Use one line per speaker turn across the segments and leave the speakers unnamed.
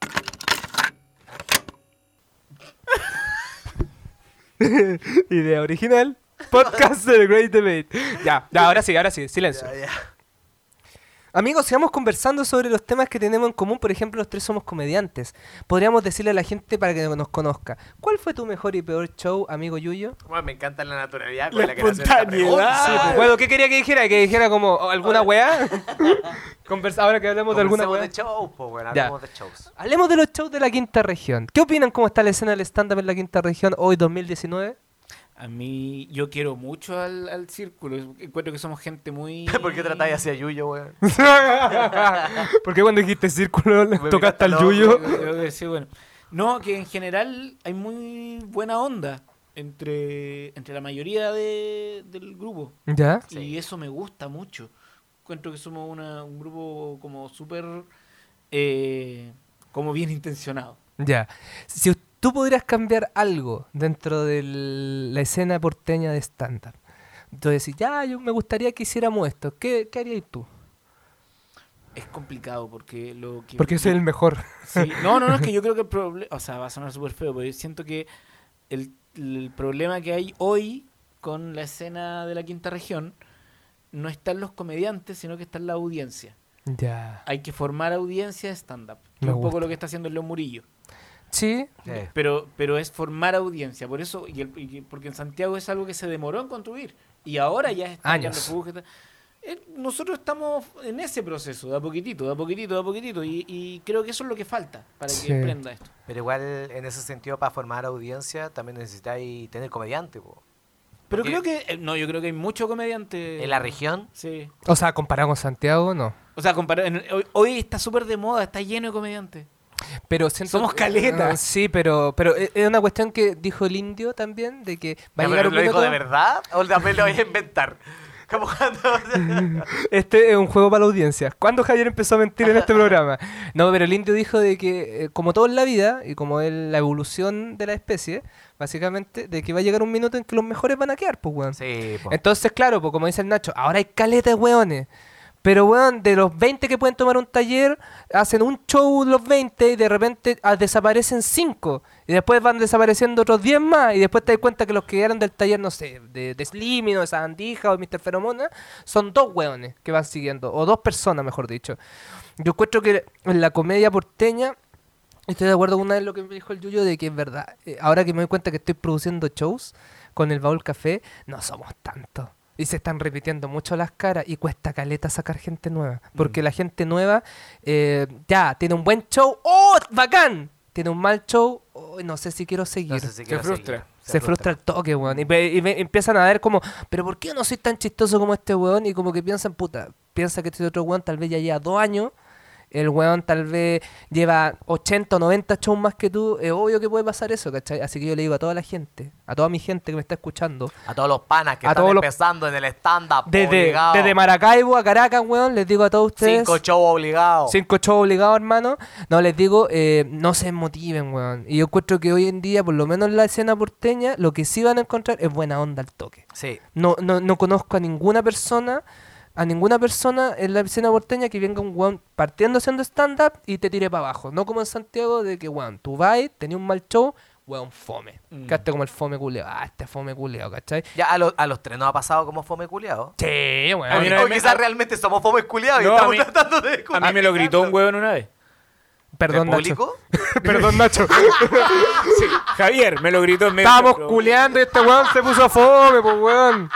Idea original. Podcast de The Great Debate. Ya, ya, ahora sí, ahora sí, silencio.
Ya, ya.
Amigos, sigamos conversando sobre los temas que tenemos en común. Por ejemplo, los tres somos comediantes. Podríamos decirle a la gente para que nos conozca. ¿Cuál fue tu mejor y peor show, amigo Yuyo?
Bueno, me encanta la naturalidad con
La
la, que nace esta pregunta.
espontaneidad.
Sí, pues, bueno, ¿qué quería que dijera? ¿Que dijera como oh, alguna weá? Conversa, ahora que hablamos de alguna
Comencemos
weá.
de shows, po, weón,
Ya.
hablemos de shows.
Hablemos de los shows de la quinta región. ¿Qué opinan cómo está la escena del stand-up en la quinta región hoy 2019?
A mí, yo quiero mucho al, al círculo. Encuentro que somos gente muy.
¿Por qué tratáis así a Yuyo, weón?
Porque cuando dijiste círculo le
Me
tocaste al
miraste loco.
Yuyo?
Yo creo que sí, bueno. No, que en general hay muy buena onda entre, entre la mayoría de- del grupo.
¿Ya?
Sí.
Y eso me gusta mucho. Encuentro que somos una- un grupo como súper. eh, como bien intencionado.
Ya. Si us- tú pudieras cambiar algo dentro de la escena porteña de stand-up, entonces decís, ya, yo me gustaría que hiciéramos esto. ¿Qué, qué harías tú?
Es complicado porque lo que.
Porque soy el mejor.
Sí, No, no, no, es que yo creo que el problema, o sea, va a sonar súper feo, pero yo siento que el, el problema que hay hoy con la escena de la quinta región no están los comediantes, sino que está en la audiencia.
Ya.
Hay que formar audiencia de stand-up. que
Me
Es un poco
gusta.
lo que está haciendo León Murillo.
Sí.
Eh,
Pero, pero es formar audiencia, por eso, y el- y- porque en Santiago es algo que se demoró en construir. Y ahora ya está
Años.
dando público, está- eh, Nosotros estamos en ese proceso, de a poquitito, de a poquitito, de a poquitito. Y, y creo que eso es lo que falta para que
Sí.
emprenda esto.
Pero igual, en ese sentido, para formar audiencia, también necesitáis tener comediante, po.
Pero
Porque-
creo que, eh, no, yo creo que hay mucho comediante.
En la región,
Sí.
O sea, comparado con Santiago, no.
O sea, comparado, en- hoy, hoy está súper de moda, está lleno de comediantes.
Pero siento
Somos
que-
caleta.
Ah, sí, pero, pero e- es una cuestión que dijo el indio también, de que va a
Ya,
llegar
pero
un
¿Lo dijo
minuto-
de verdad o también lo vais a inventar? Como cuando...
Este es un juego para la audiencia. ¿Cuándo Javier empezó a mentir en este programa? No, pero el indio dijo de que, eh, como todo en la vida, y como es la evolución de la especie, básicamente, de que va a llegar un minuto en que los mejores van a quedar, pues, weón.
sí, po.
Entonces, claro, pues como dice el Nacho, ahora hay caleta de weones. Pero, weón, de los 20 que pueden tomar un taller, hacen un show los 20 y de repente ah, desaparecen 5. Y después van desapareciendo otros 10 más. Y después te das cuenta que los que eran del taller, no sé, de, de Slimmy o de Sandija o de Mr. Feromona, son dos weones que van siguiendo. O dos personas, mejor dicho. Yo encuentro que en la comedia porteña Estoy de acuerdo con una de lo que me dijo el Yuyo de que es verdad. Eh, ahora que me doy cuenta que estoy produciendo shows con el Baúl Café, no somos tantos. Y se están repitiendo mucho las caras y cuesta caleta sacar gente nueva.
Mm.
Porque la gente nueva eh, ya tiene un buen show, ¡oh, bacán! Tiene un mal show, "Oh, no sé si quiero seguir.
No sé si quiero
frustra.
seguir.
Se, frustra el toque, weón. Y, ve- y ve- empiezan a ver como, pero ¿por qué yo no soy tan chistoso como este weón? Y como que piensan, puta, piensa que este otro weón tal vez ya lleva dos años. El weón tal vez lleva 80 o 90 shows más que tú. Es obvio que puede pasar eso, ¿cachai? Así que yo le digo a toda la gente, a toda mi gente que me está escuchando,
A todos los panas que
A
están
todos los-
empezando en el stand-up
desde,
obligado.
desde Maracaibo a Caracas, weón, les digo a todos ustedes.
Cinco shows obligados.
Cinco shows obligados, hermano. No, les digo, eh, no se motiven, weón. Y yo encuentro que hoy en día, por lo menos en la escena porteña, lo que sí van a encontrar es buena onda al toque.
Sí.
No, no, no conozco a ninguna persona, a ninguna persona en la escena porteña que venga un weón partiendo haciendo stand-up y te tire para abajo. No como en Santiago de que, weón, tú vas, tenías un mal show, weón, fome.
Mm.
Quedaste como el fome culeo. Ah, este fome culeo, ¿cachai?
Ya a, lo- a los tres nos ha pasado como fome culiado.
Sí, weón.
A mí una
O
vez me-
quizás
a-
realmente somos fome culiados
No,
y
a
estamos
mí-
tratando de...
A mí me lo gritó un huevón una vez.
Perdón,
¿De
Nacho.
público?
Perdón, Nacho. Javier, me lo gritó en medio.
Estábamos culeando y este weón se puso fome, pues weón.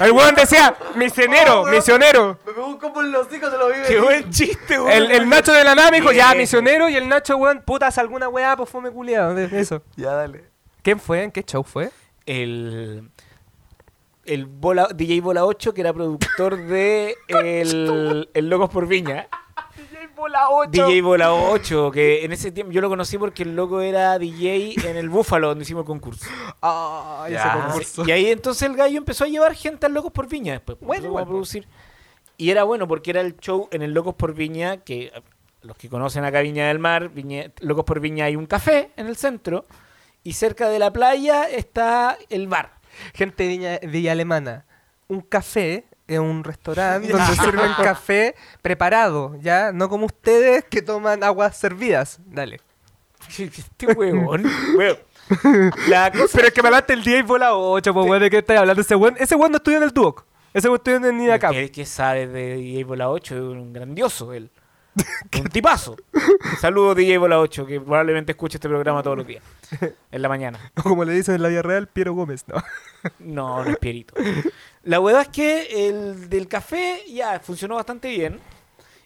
El weón decía, misionero,
Oh, weón.
misionero.
Me pegó un combo en los hijos, se lo vive.
Qué buen chiste, weón.
El, el Nacho de la nave dijo, ya,
Bien.
misionero, y el Nacho, weón, putas alguna weá, pues fome culeado. Eso.
Ya, dale.
¿Quién fue? ¿En qué show fue?
El. el Bola- DJ Bola 8, que era productor de. el, el Locos por Viña.
DJ Bola 8.
DJ Bola 8, que en ese tiempo yo lo conocí porque el loco era DJ en el Búfalo, donde hicimos el concurso.
Ah,
ese concurso.
Y ahí entonces el gallo empezó a llevar gente al Locos por Viña después.
Bueno,
Bueno,
igual,
a producir. Y era bueno porque era el show en el Locos por Viña, que eh, los que conocen acá Viña del Mar, Viña- Locos por Viña hay un café en el centro y cerca de la playa está el bar.
Gente de Viña, Villa Alemana, un café es un restaurante donde sirven café preparado, ¿ya? No como ustedes que toman aguas servidas. Dale.
Este huevón. huevo. La cosa
Pero es que me hablaste el 10 y fue la 8, pues, weón, ¿de qué estás hablando? Ese weón, ese weón no estudió en el Duoc. Ese weón estudió en el
es
INACAP.
que, que sabe de DJ Bola 8, es un grandioso él. un tipazo. Saludos DJ Bola 8, que probablemente escuche este programa todos los días. En la mañana.
O como le dicen en la vida real, Piero Gómez, ¿no?
No, no es Pierito. La hueá es que el del café ya funcionó bastante bien.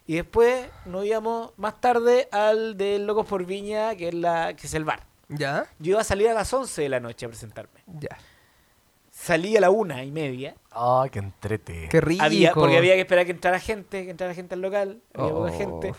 Y después nos íbamos más tarde al de Locos por Viña, que es, la, que es el bar.
¿Ya?
Yo iba a salir a las 11 de la noche a presentarme.
Ya.
Salí a la una y media.
Ah, qué entrete.
Qué rico.
Había, porque había que esperar que entrara gente, que entrara gente al local. Había poca
Oh.
gente.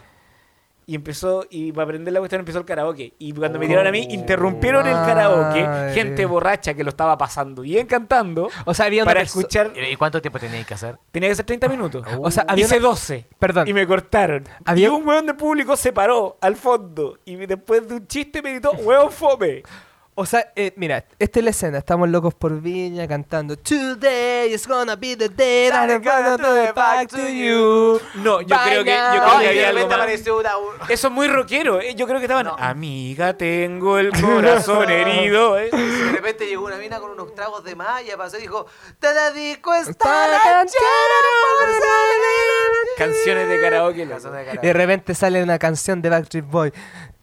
Y empezó, y para aprender la cuestión empezó el karaoke. Y cuando me dieron a mí,
Oh,
interrumpieron el karaoke.
madre.
Gente borracha que lo estaba pasando bien cantando.
O sea, había una
Para
perso-
escuchar
¿Y cuánto tiempo teníais que hacer?
Tenía que ser 30 minutos.
O sea, había
Ah, uh. Hice
una-
12.
Perdón.
Y me cortaron.
Había-
Y un hueón de público se paró al fondo. Y después de un chiste me gritó, hueón fome.
O sea, eh, mira, esta es la escena. Estamos locos por Viña cantando Today is gonna be the day that I'm gonna do it back to you.
No, yo
No, y
creo que, yo creo que
de
había algo
repente
más.
apareció una...
Eso es muy rockero. eh, Yo creo que estaban... Amiga, tengo el corazón herido. eh.
De repente llegó una mina con unos tragos de malla, pasó y dijo, te dedico esta
Esta
ranchera
ranchera
por salir".
Canciones de karaoke. loco.
Canciones de
Y de
karaoke.
repente sale una canción de Backstreet Boy.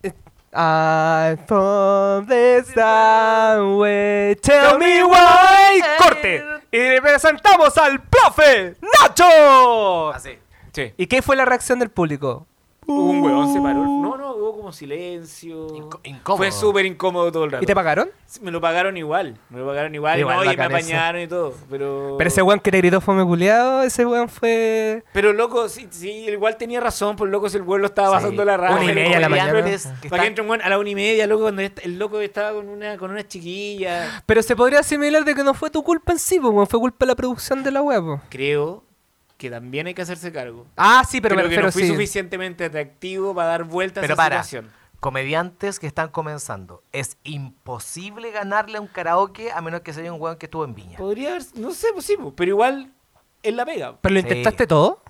Eh, I'm from the highway, tell me why. ¡Corte! Y presentamos al profe Nacho.
Así.
Sí.
¿Y qué fue la reacción del público? Uh.
Hubo un hueón se paró. No, no, hubo como silencio.
Inco- incómodo.
Fue súper incómodo todo el rato.
¿Y te pagaron?
Sí, Me lo pagaron igual. Me lo pagaron igual.
Igual,
no, y me
bacán eso.
apañaron y todo. Pero...
Pero ese weón que le gritó fue culiado, ese weón fue...
Pero loco, sí, sí, igual tenía razón, por loco si el pueblo estaba
Sí.
pasando la raja.
Una y
el
media de la
comediante
mañana.
es-
Que
Para
están-
que entre un buen- a la una y media, loco, cuando est- el loco estaba con una, con una chiquilla.
Pero se podría asimilar de que no fue tu culpa en sí, po, weón, fue culpa de la producción de la web. po.
Creo que también hay que hacerse cargo.
Ah, sí, pero
Creo
me
que
refiero,
no fui
sí.
suficientemente atractivo para dar vueltas a
Pero
esa
para,
situación.
comediantes que están comenzando, es imposible ganarle a un karaoke a menos que sea un weón que estuvo en Viña.
Podría haber, no sé, pues sí, pues, pero igual es la pega.
¿Pero lo
Sí.
intentaste todo?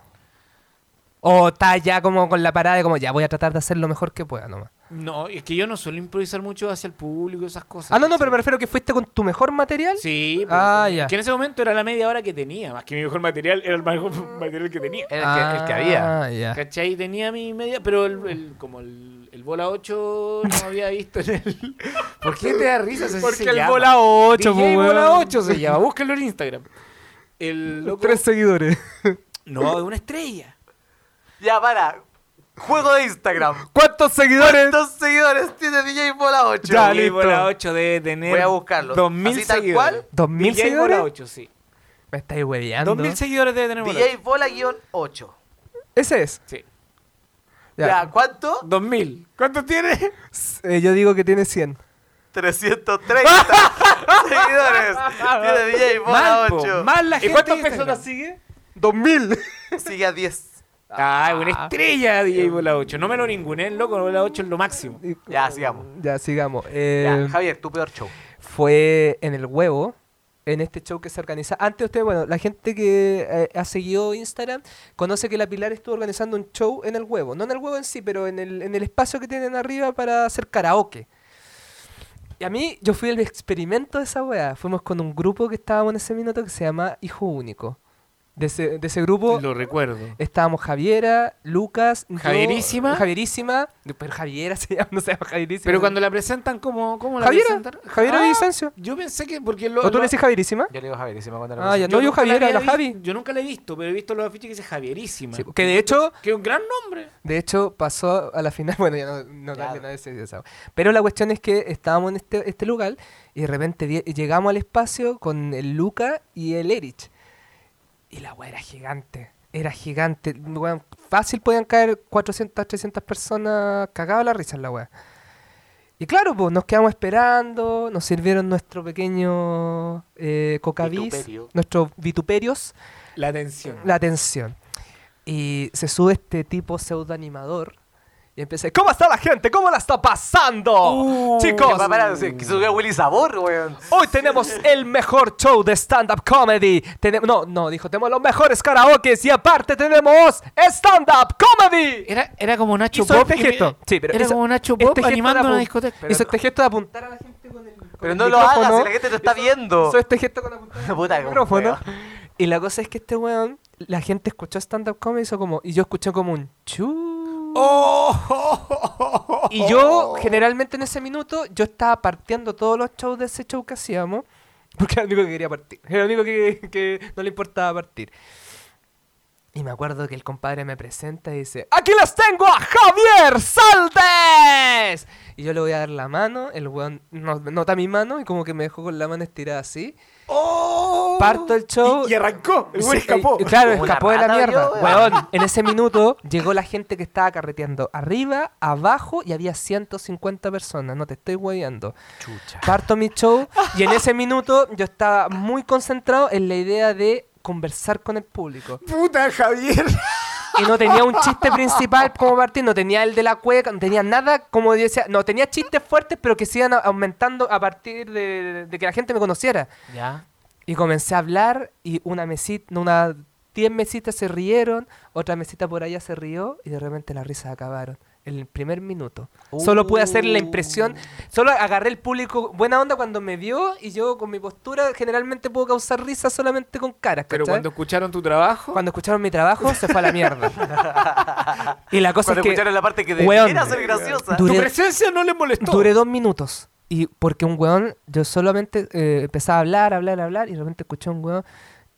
¿O estás ya como con la parada de como ya voy a tratar de hacer lo mejor que pueda nomás?
No, es que yo no suelo improvisar mucho hacia el público y esas cosas.
Ah, no, no, pero me
¿cachai?
refiero que fuiste con tu mejor material.
Sí, pues,
Ah, ya.
que en ese momento era la media hora que tenía, más que mi mejor material, era el mejor material que tenía.
Era el, que, el que había.
Ah, ya.
¿Cachai? Tenía mi media, pero el, el- como el, el bola 8 no había visto en el... ¿Por qué te da risa? Así se llama. DJ bola 8 se llama, búsquenlo en Instagram. El loco...
Tres seguidores.
No, es una estrella.
Ya, para. Juego de Instagram.
¿Cuántos seguidores?
¿Cuántos seguidores tiene DJ Bola 8?
Ya,
DJ
listo.
bola 8 debe tener...
Voy a buscarlo.
2000
Así tal
seguidores.
cual.
¿2000
DJ
seguidores?
bola 8, sí.
Me estáis hueveando.
2000 seguidores debe tener bola 8.
DJ Bola guión 8.
Ese es.
Sí.
Ya.
Ya.
¿cuánto?
2000. ¿Cuánto tiene?
Eh, yo digo que tiene 100.
330 seguidores. Tiene DJ Bola
Mal, po,
8.
mal la
¿Y
gente
cuántas
de
personas
Instagram.
sigue? 2000.
Sigue a 10.
Ah, una estrella DJ Bola 8. No me lo ninguné, loco, Bola 8 es lo máximo.
Ya, sigamos.
Ya, sigamos.
Ya,
Eh,
Javier, tu peor show.
fue en el huevo, en este show que se organiza. Antes usted, bueno, la gente que eh, ha seguido Instagram conoce que la Pilar estuvo organizando un show en el huevo. No en el huevo en sí, pero en el, en el espacio que tienen arriba para hacer karaoke. Y a mí, yo fui el experimento de esa weá. Fuimos con un grupo que estábamos en ese minuto que se llama Hijo Único. De ese, de ese grupo
Lo recuerdo.
estábamos Javiera, Lucas, yo,
Javierísima.
Javierísima, pero Javiera se llama, no se llama Javierísima.
Pero cuando la presentan, ¿cómo, cómo la
Javiera,
presentan?
Javiera
Ah,
Vicencio.
Yo pensé que porque lo,
¿O tú
lo-
le decís Javierísima?
Yo le digo a Javier, y se me cuenta
Ah, ya. No, yo
nunca
Javiera,
había
la
vis-
Javi.
Yo nunca la he visto, pero he visto los afiches que dice Javierísima.
Sí, que de hecho,
Que es un gran nombre.
de hecho pasó a la final. Bueno, ya no, no
Ya.
cambia nada de ese- de esa. Pero la cuestión es que estábamos en este, este lugar y de repente di- llegamos al espacio con el Luca y el Erich. Y la weá era gigante. Era gigante. Weón, fácil podían caer 400, 300 personas cagadas la risa en la weá. Y claro, pues nos quedamos esperando, nos sirvieron nuestro pequeño eh, cocavis,
Vituperio.
nuestros vituperios.
La atención.
la atención. Y se sube este tipo pseudoanimador y empieza, ¿cómo está la gente? ¿Cómo la está pasando?
Uh,
Chicos,
Para, para, se- que subió Willy Sabor, weón.
hoy tenemos el mejor show de stand-up comedy. Tenemos, no, no, dijo, tenemos los mejores karaokes y aparte tenemos stand-up comedy.
Era, era como Nacho
Hizo
Pop.
este
y me-
gesto. Sí, pero
era
hizo-
como Nacho
este
Pop
gesto
animando
era
una
pu-
discoteca.
Hizo este gesto de apuntar a la gente con el
Pero no lo hagas,
micrófono.
si la gente te está viendo.
Hizo este gesto con la punta del
Puta, como
micrófono.
weón.
Y la cosa es que este weón, la gente escuchó stand-up comedy hizo como, y yo escuché como un chu. Y yo, generalmente en ese minuto, yo estaba partiendo todos los shows de ese show que hacíamos, porque era el único que quería partir, era el único que, que no le importaba partir. Y me acuerdo que el compadre me presenta y dice, ¡Aquí los tengo a Javier Saldes! Y yo le voy a dar la mano, el weón no- nota mi mano y como que me dejó con la mano estirada así. Parto el show.
¡Oh! Y, y arrancó. El
Sí,
güey
eh,
escapó.
eh, claro,
Como una
escapó de la
rata,
mierda.
yo, weón.
Weón, en ese minuto llegó la gente que estaba carreteando arriba, abajo y había 150 personas. No te estoy hueveando.
Chucha.
Parto mi show y en ese minuto yo estaba muy concentrado en la idea de conversar con el público.
Puta, Javier.
Y no tenía un chiste principal como partir, no tenía el de la cueca, no tenía nada como yo decía, no tenía chistes fuertes pero que se iban a- aumentando a partir de- de que la gente me conociera.
Ya.
Y comencé a hablar y una mesita, una 10 mesitas se rieron, otra mesita por allá se rió y de repente las risas acabaron. En el primer minuto. Solo pude hacer la impresión,
Uh.
solo agarré el público buena onda cuando me vio y yo con mi postura generalmente puedo causar risa solamente con caras.
Pero
¿cachai?
cuando escucharon tu trabajo.
Cuando escucharon mi trabajo se fue a la mierda. y la cosa
Cuando
es que
escucharon la parte que
weón,
debiera ser graciosa.
duré-
Tu presencia no le molestó.
Duré dos minutos. Y porque un weón, yo solamente eh, empezaba a hablar, hablar, hablar, y de repente escuché a un weón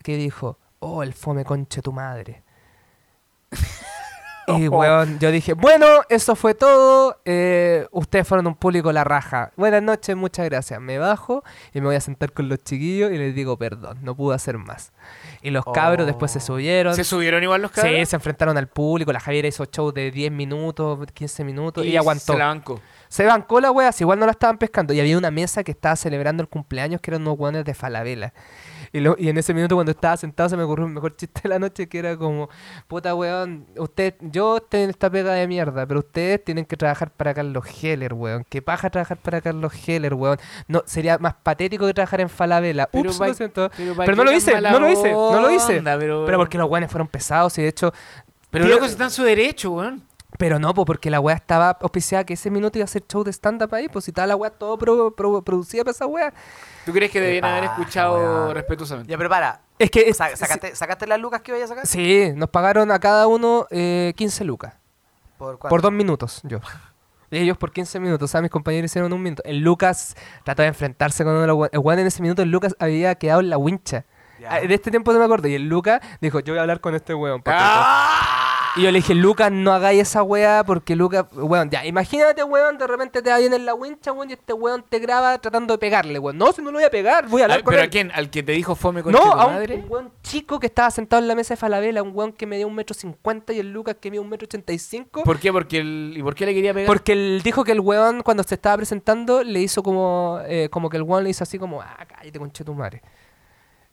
que dijo, oh, el fome conche tu madre. y
Oh.
weón, yo dije, bueno, eso fue todo. eh, ustedes fueron un público la raja. Buenas noches, muchas gracias. Me bajo y me voy a sentar con los chiquillos y les digo, perdón, no pude hacer más. Y los cabros después se
Oh.
subieron.
¿Se subieron igual los
Sí,
cabros?
se enfrentaron al público. La Javiera hizo show de 10 minutos, 15 minutos y, aguantó.
Se la bancó.
Se bancó la wea, si igual no la estaban pescando. Y había una mesa que estaba celebrando el cumpleaños, que eran unos weones de Falabella. Y, lo- y en ese minuto cuando estaba sentado se me ocurrió el mejor chiste de la noche, que era como, puta weón, usted, yo estoy en esta pega de mierda, pero ustedes tienen que trabajar para Carlos Heller, weón. Qué paja trabajar para Carlos Heller, weón. No, sería más patético que trabajar en Falabella. Ups,
pa-
lo siento.
pero pa'
Pero no
qué
lo hice,
tan mala
no lo hice, no lo hice.
onda, pero,
Pero porque los weones fueron pesados y de hecho...
pero
Tío-
loco, está en su derecho, weón.
pero no, pues porque la weá estaba auspiciada que ese minuto iba a ser show de stand-up ahí, pues si estaba la weá todo pro- pro- producida para esa weá.
¿Tú crees que debían
paja,
haber escuchado
weón.
respetuosamente?
Ya, pero para.
Es que. es-
Sa- sacaste, ¿Sacaste las lucas que iba a sacar?
Sí, nos pagaron a cada uno eh, 15 lucas.
¿Por, cuánto?
Por dos minutos, yo. Y ellos por 15 minutos, o sea, mis compañeros hicieron un minuto. El Lucas trató de enfrentarse con uno de los weones. El weón en ese minuto, el Lucas había quedado en la wincha.
Ya.
Ah, De este tiempo no me acuerdo. Y el Lucas dijo, yo voy a hablar con este weón. por tanto".
¡Ah!
Y yo le dije, Lucas, no hagáis esa weá, porque Lucas, weón, ya, imagínate, weón, de repente te va bien en la wincha, weón, y este weón te graba tratando de pegarle, weón. No, si no lo voy a pegar, voy a hablar
Ah,
con
¿Pero a
él.
quién? ¿Al que te dijo fome con
No,
tu
a un,
madre?
un weón chico que estaba sentado en la mesa de Falabella, un weón que medía un metro cincuenta y el Lucas que medía un metro ochenta y cinco.
¿Por qué? Porque el... ¿Y por qué le quería pegar?
Porque él dijo que el weón, cuando se estaba presentando, le hizo como, eh, como que el weón le hizo así como, ah, cállate, conche tu madre.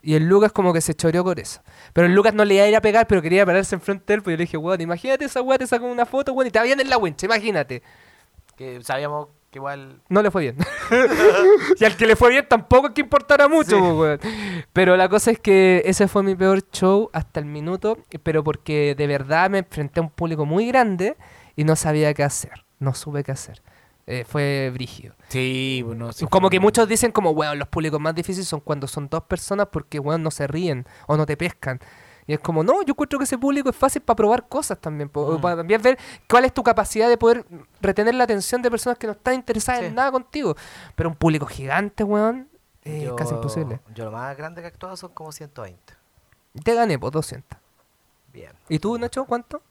Y el Lucas como que se choreó con eso. Pero el Lucas no le iba a ir a pegar, pero quería pararse enfrente de él. Pues yo le dije, weón, imagínate esa weá, te sacó una foto, weón, y te bien en la wincha, imagínate.
Que sabíamos que igual.
No le fue bien. y al que le fue bien tampoco es que importara mucho, po, weón. Pero la cosa es que ese fue mi peor show hasta el minuto, pero porque de verdad me enfrenté a un público muy grande y no sabía qué hacer. No supe qué hacer. Eh, fue brígido.
Sí, bueno, sí.
Como que muchos dicen como, weón, los públicos más difíciles son cuando son dos personas porque, weón, no se ríen o no te pescan. Y es como, no, yo encuentro que ese público es fácil para probar cosas también,
Mm.
po- para también ver cuál es tu capacidad de poder retener la atención de personas que no están interesadas
Sí.
en nada contigo. Pero un público gigante, weón, Eh, es
yo-
casi imposible.
Yo lo más grande que he actuado son como 120.
Te gané, pues, 200.
Bien.
¿Y tú, Nacho, cuánto?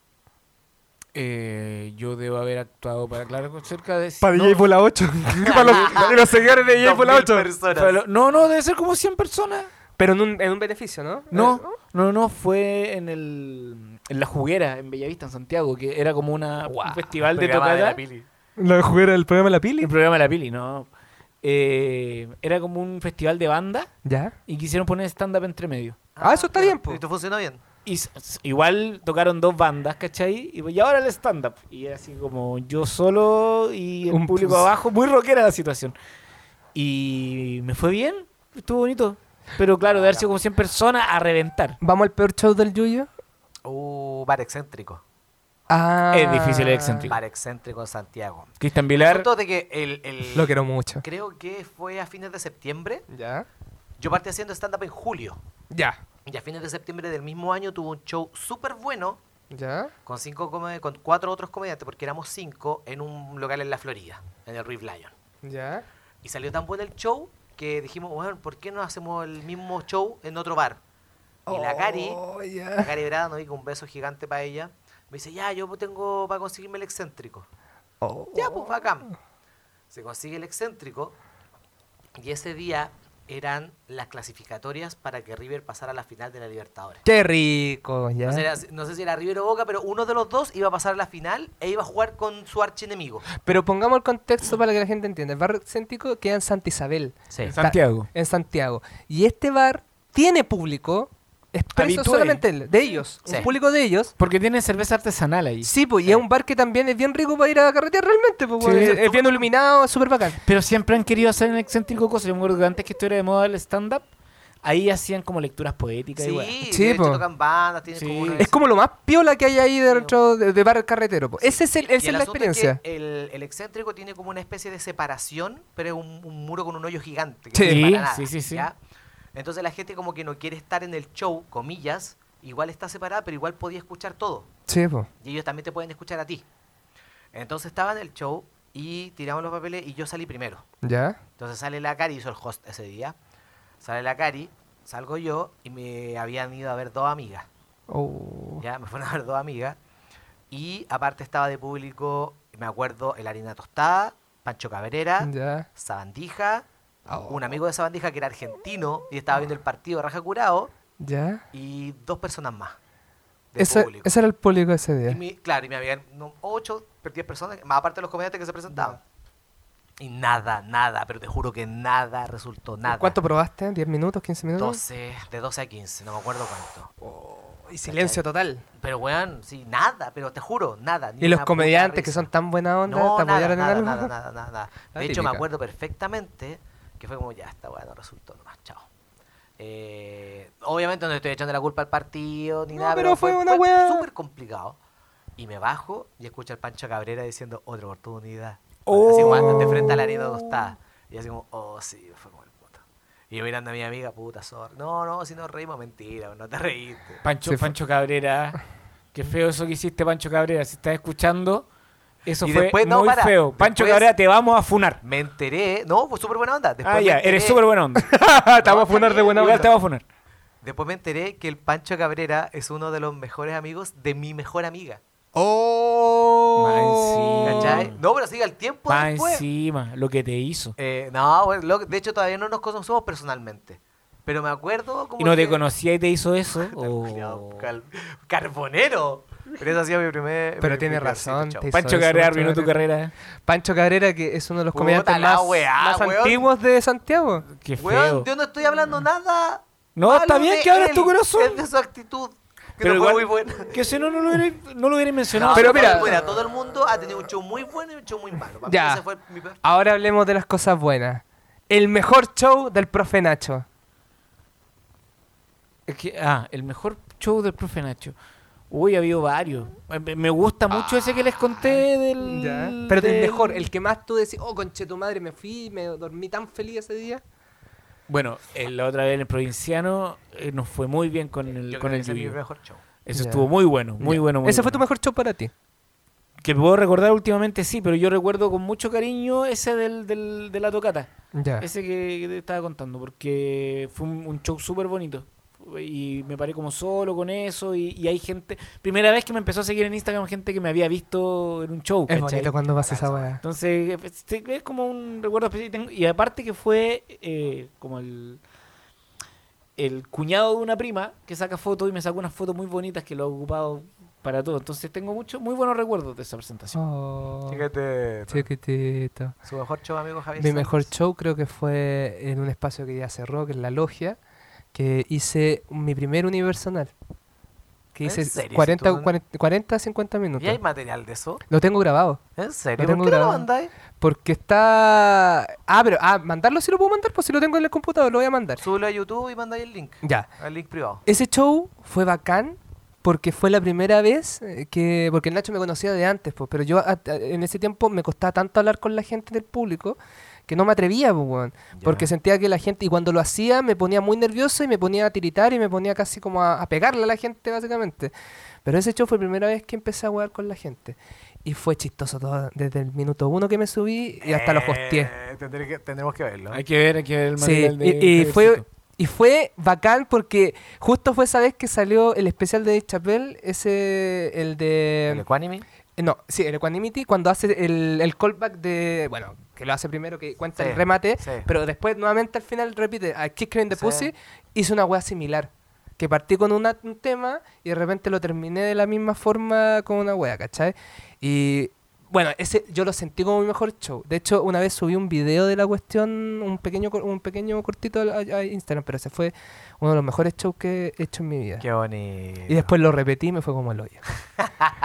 Eh, yo debo haber actuado para, claro, con cerca de...
Para
no,
DJ la 8. para los, seguidores de
DJ Pola 2000 8. personas.
para lo- no, no, debe ser como 100 personas.
Pero en un, en un beneficio, ¿no?
No,
Eh,
no, no, fue en el en la juguera en Bellavista en Santiago, que era como una un festival de
Programa
tocada.
la Pili.
La juguera del programa La Pili.
el programa de la Pili, no. Eh, era como un festival de banda
Ya.
y quisieron poner stand up entre medio.
Ah, eso está
ya.
bien, po.
¿Y tú funcionó bien?
Y s- s- igual tocaron dos bandas, ¿cachai? Y, y ahora el stand-up. Y era así como yo solo y el
Un
público
plus.
abajo. Muy rockera la situación. Y me fue bien, estuvo bonito. Pero claro, de haber sido como 100 personas a reventar.
Vamos al peor show del Yuyo.
Uh, bar excéntrico.
Ah.
Es difícil, es excéntrico.
Para excéntrico de Santiago.
Cristian Vilar.
Resultó de que el, el-
Lo quiero mucho.
creo que fue a fines de septiembre.
¿Ya?
Yo partí haciendo stand-up en julio.
Ya.
Y a fines de septiembre del mismo año tuvo un show súper bueno
¿Ya?
con, cinco come- con cuatro otros comediantes, porque éramos cinco, en un local en la Florida, en el Reef Lion.
¿Ya?
Y salió tan bueno el show que dijimos, bueno, ¿por qué no hacemos el mismo show en otro bar? Y la Cari,
Oh,
la
ya.
Cari Brada, nos digo un beso gigante para ella, me dice, ya, yo tengo para conseguirme el excéntrico.
Oh.
Ya, pues bacán. Se consigue el excéntrico. Y ese día eran las clasificatorias para que River pasara a la final de la Libertadores.
Qué rico, ya.
No sé, era- no sé si era River o Boca, pero uno de los dos iba a pasar a la final e iba a jugar con su archienemigo.
Pero pongamos el contexto para que la gente entienda. El barrio excéntrico queda en Santa Isabel,
Sí.
Santiago.
en Santiago. Y este bar tiene público, expreso
Habitué.
solamente el- de ellos,
Sí.
un público de ellos.
Porque tiene cerveza artesanal ahí.
Sí, pues, y es un bar que también es bien rico para ir a carretear realmente, pues,
Sí.
weón. es, es bien iluminado, es súper bacán.
Pero siempre han querido hacer un excéntrico cosa. Yo me acuerdo que antes que esto era de moda el stand-up, ahí hacían como lecturas poéticas
Sí,
y weá.
de
Sí,
hecho,
po.
tocan bandas, tienen
Sí.
como una-
Es como lo más piola que hay ahí dentro de, de bar carretero. pues. Ese es el,
Y
esa es
el
la
asunto es que eh,
experiencia.
el, el excéntrico tiene como una especie de separación, pero es un, un muro con un hoyo gigante.
Sí.
Que no separa nada,
Sí, sí, sí.
¿ya? Entonces la gente como que no quiere estar en el show, comillas, igual está separada, pero igual podía escuchar todo.
Sí, pues.
Y ellos también te pueden escuchar a ti. Entonces estaba en el show y tiramos los papeles y yo salí primero.
¿Ya?
Entonces sale la Cari, hizo el host ese día. Sale la Cari, salgo yo y me habían ido a ver dos amigas.
Oh.
Ya, me fueron a ver dos amigas. Y aparte estaba de público, me acuerdo, el Harina Tostada, Pancho Cabrera,
Ya.
Sabandija,
Oh. Ah.
un amigo de Sabandija que era argentino y estaba viendo el partido de Raja Curado,
¿Ya?
y dos personas más de
Ese,
público.
ese era el público ese
Y
día.
mi- claro, y me habían no, ocho, pero diez personas, más aparte de los comediantes que se presentaban. Y nada, nada, pero te juro que nada resultó, nada.
¿Cuánto probaste? ¿10 minutos? ¿15 minutos?
12, de 12 a 15, no me acuerdo cuánto.
Y silencio total.
Pero, weón, sí, nada, pero te juro, nada. ni
Y los
una puta
comediantes que
risa.
son tan buena onda,
No,
te
nada,
apoyaron en
nada,
algo.
nada, nada, nada.
La
De hecho, me
típica.
acuerdo perfectamente que fue como, ya, esta weá no resultó nomás, chao. Eh, obviamente no le estoy echando la culpa al partido ni
No,
nada,
pero fue una weá.
wea súper complicado. Y me bajo y escucho al Pancho Cabrera diciendo, otra oportunidad. Así
Oh.
como andando frente a la harina tostada. Y así como, oh, sí, fue como el puta. Y yo mirando a mi amiga, puta, sorry. No, no, si nos reímos, mentira, no te reíste.
Pancho,
Sí, fue-
Pancho Cabrera. Qué feo eso que hiciste, Pancho Cabrera. Si estás escuchando, eso
Y
fue
después- no,
muy
para.
feo. Pancho
Después-
Cabrera, te vamos a funar.
Me enteré, no, fue súper buena onda. Después
ah,
me
ya, eres
enteré-
súper buena onda.
Te vamos a funar de buena
Igual te
onda.
vamos a funar.
Después me enteré que el Pancho Cabrera es uno de los mejores amigos de mi mejor amiga.
¡Oh!
Más encima.
¿Cachai?
Oh.
No, pero sigue el tiempo
Más
Pues después.
encima, lo que te hizo.
Eh, no, bueno, lo- de hecho todavía no nos conocemos personalmente. Pero me acuerdo como
Y no
que-
te Oh.
Ah, Oh.
conocía y te hizo eso. o-
Culiao, cal- Carbonero. Pero ese ha sido mi primer.
Pero
mi
tiene
primer
razón,
chao.
te-
Pancho
Eso, eso,
Cabrera
Pancho
arruinó tu carrera. eh.
Pancho Cabrera, que es uno de los
Puta
comediantes
la
más,
weá,
más
weón.
antiguos de Santiago.
Qué feo.
Weón, yo no estoy hablando nada.
No,
malo
está bien
de
que abras
él,
tu corazón.
Es de su actitud. Que
Pero
no fue
igual-
muy buena.
Que si no, no lo hubiera, no lo hubiera mencionado.
No,
pero
todo-
mira-
bueno, todo el mundo ha tenido un show muy bueno y un show muy malo. Para mí
Ya.
ese fue mi peor.
Ahora hablemos de las cosas buenas. El mejor show del profe Nacho.
Es que- ah, el mejor show del profe Nacho. Uy, ha habido varios. Me- Me gusta mucho ese que les
Ah,
conté del.
Pero el
del-
mejor, el que más tú decís, oh, conche tu madre, me fui, me dormí tan feliz ese día.
Bueno, eh, la otra vez en el provinciano eh, nos fue muy bien con el,
Yo
con
creo que
el
ese es mi
Yuyu.
mejor show.
Eso
Ya.
estuvo muy bueno, muy
Ya.
bueno. muy
Ese fue tu
bueno.
mejor show para ti.
Que puedo recordar últimamente, sí, pero yo recuerdo con mucho cariño ese del, del- de la tocata.
Ya.
Ese que, que te estaba contando, porque fue un, un show súper bonito. Y me paré como solo con eso. Y, y hay gente. Primera vez que me empezó a seguir en Instagram, gente que me había visto en un show.
Uh,
Es
¿cachai?
bonito cuando pasa esa weá.
Entonces, eh, pues, te- es como un recuerdo especial. que tengo. Y aparte que fue eh, como el, el cuñado de una prima que saca fotos y me sacó unas fotos muy bonitas que lo ha ocupado para todo. Entonces tengo muchos muy buenos recuerdos de esa presentación.
Oh,
Fíjate.
chiquitito.
Su mejor show, amigo Javier.
Mi
Sanz.
mejor show creo que fue en un espacio que ya cerró, que es la logia, que hice mi primer unipersonal. Que
¿En
hice
serio?
40,
¿Tú no-
40, 40, 50
¿Y hay
minutos.
material de eso?
Lo tengo grabado.
¿En serio?
Lo tengo
¿Por qué no lo
grabado.
mandáis?
Porque está... Ah, pero... Ah, mandarlo si lo puedo mandar, pues si lo tengo en el computador lo voy a mandar.
Súbelo a YouTube y mandáis el link.
Ya.
El link privado.
Ese show fue bacán porque fue la primera vez eh, que. Porque el Nacho me conocía de antes, pues, pero yo a- a- en ese tiempo me costaba tanto hablar con la gente del público que no me atrevía, pues, weón, porque sentía que la gente. Y cuando lo hacía me ponía muy nervioso y me ponía a tiritar y me ponía casi como a, a pegarle a la gente, básicamente. Pero ese show fue la primera vez que empecé a jugar con la gente. Y fue chistoso todo, desde el minuto uno que me subí y hasta los hostié.
Eh, tendré que- tendremos que verlo.
Hay que ver, hay que ver el
Sí,
material de
y, y fue,
Javiercito.
y fue bacán porque justo fue esa vez que salió el especial de Dave Chappelle, ese, el
¿El
de...
Equanime?
No, sí, el Equanimity, cuando hace el, el callback de... Bueno, que lo hace primero, que cuenta
Sí,
el remate,
sí.
pero después nuevamente al final repite, a Kick Her in the
Sí.
Pussy, hizo una wea similar. Que partí con una- un tema y de repente lo terminé de la misma forma con una wea, ¿cachai? Y bueno, ese yo lo sentí como mi mejor show. De hecho, una vez subí un video de la cuestión, un pequeño cor- un pequeño cortito a, a Instagram, pero ese fue uno de los mejores shows que he hecho en mi vida.
Qué bonito.
Y después lo repetí y me fue como el hoyo.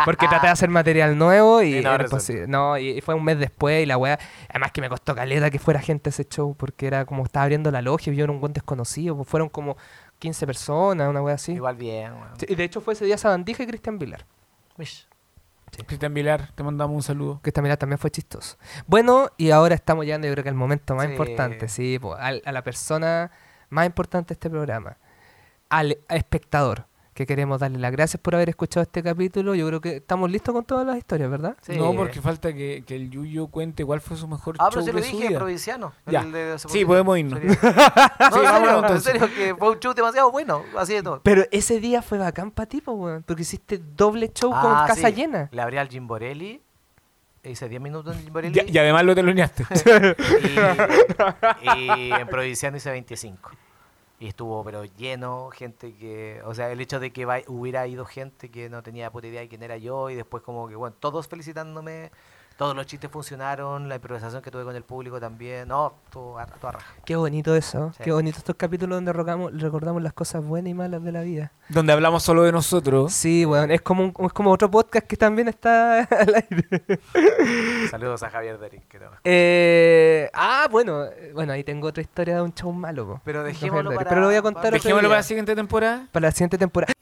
Porque traté de hacer material nuevo y,
Y no
era
resultó.
imposible. No, y, y fue un mes después y la weá. Además que me costó caleta que fuera gente a ese show porque era como estaba abriendo la logia y yo era un buen desconocido. pues, fueron como 15 personas, una weá así.
Igual bien, weón.
Sí, Y de hecho fue ese día Sabandija y Cristian Vilar.
Uish.
Cristian Vilar, te mandamos un saludo.
Que también, también fue chistoso. Bueno, y ahora estamos llegando, yo creo que al momento más
Sí.
importante, sí, po, al- a, la persona más importante de este programa, al espectador, que queremos darle las gracias por haber escuchado este capítulo. Yo creo que estamos listos con todas las historias, ¿verdad?
Sí.
No, porque falta que, que el Yuyo cuente cuál fue su mejor
Ah, pero
show
se lo
de su
dije,
vida.
provinciano.
Ya.
el de-
Sí, podemos irnos.
No, en serio,
vámonos
en
entonces.
serio, que fue un show demasiado bueno, así de todo.
Pero ese día fue bacán para ti, po, weón, porque hiciste doble show con
Ah,
casa
sí.
llena.
Le abrí al Jimborelli, hice 10 minutos en Jimborelli
Ya- y además lo teloneaste.
y, y en Provinciano hice 25. Y estuvo pero lleno, gente que, o sea, el hecho de que vai- hubiera ido gente que no tenía puta idea de quién era yo y después como que, bueno, todos felicitándome, todos los chistes funcionaron, la improvisación que tuve con el público también, no, todo a, todo a raja.
Qué bonito eso,
Sí.
qué bonito estos capítulos donde rogamos- recordamos las cosas buenas y malas de la vida.
donde hablamos solo de nosotros.
Sí, weón, es como, un- es como otro podcast que también está al aire.
Saludos a Javier Derín, que no.
Eh, ah, bueno, eh, bueno, ahí tengo otra historia de un show malo. po.
Pero
No
dejémoslo
sé,
para-
Pero lo voy a contar
para-
otro
Dejémoslo
día.
para la siguiente temporada.
para la siguiente temporada.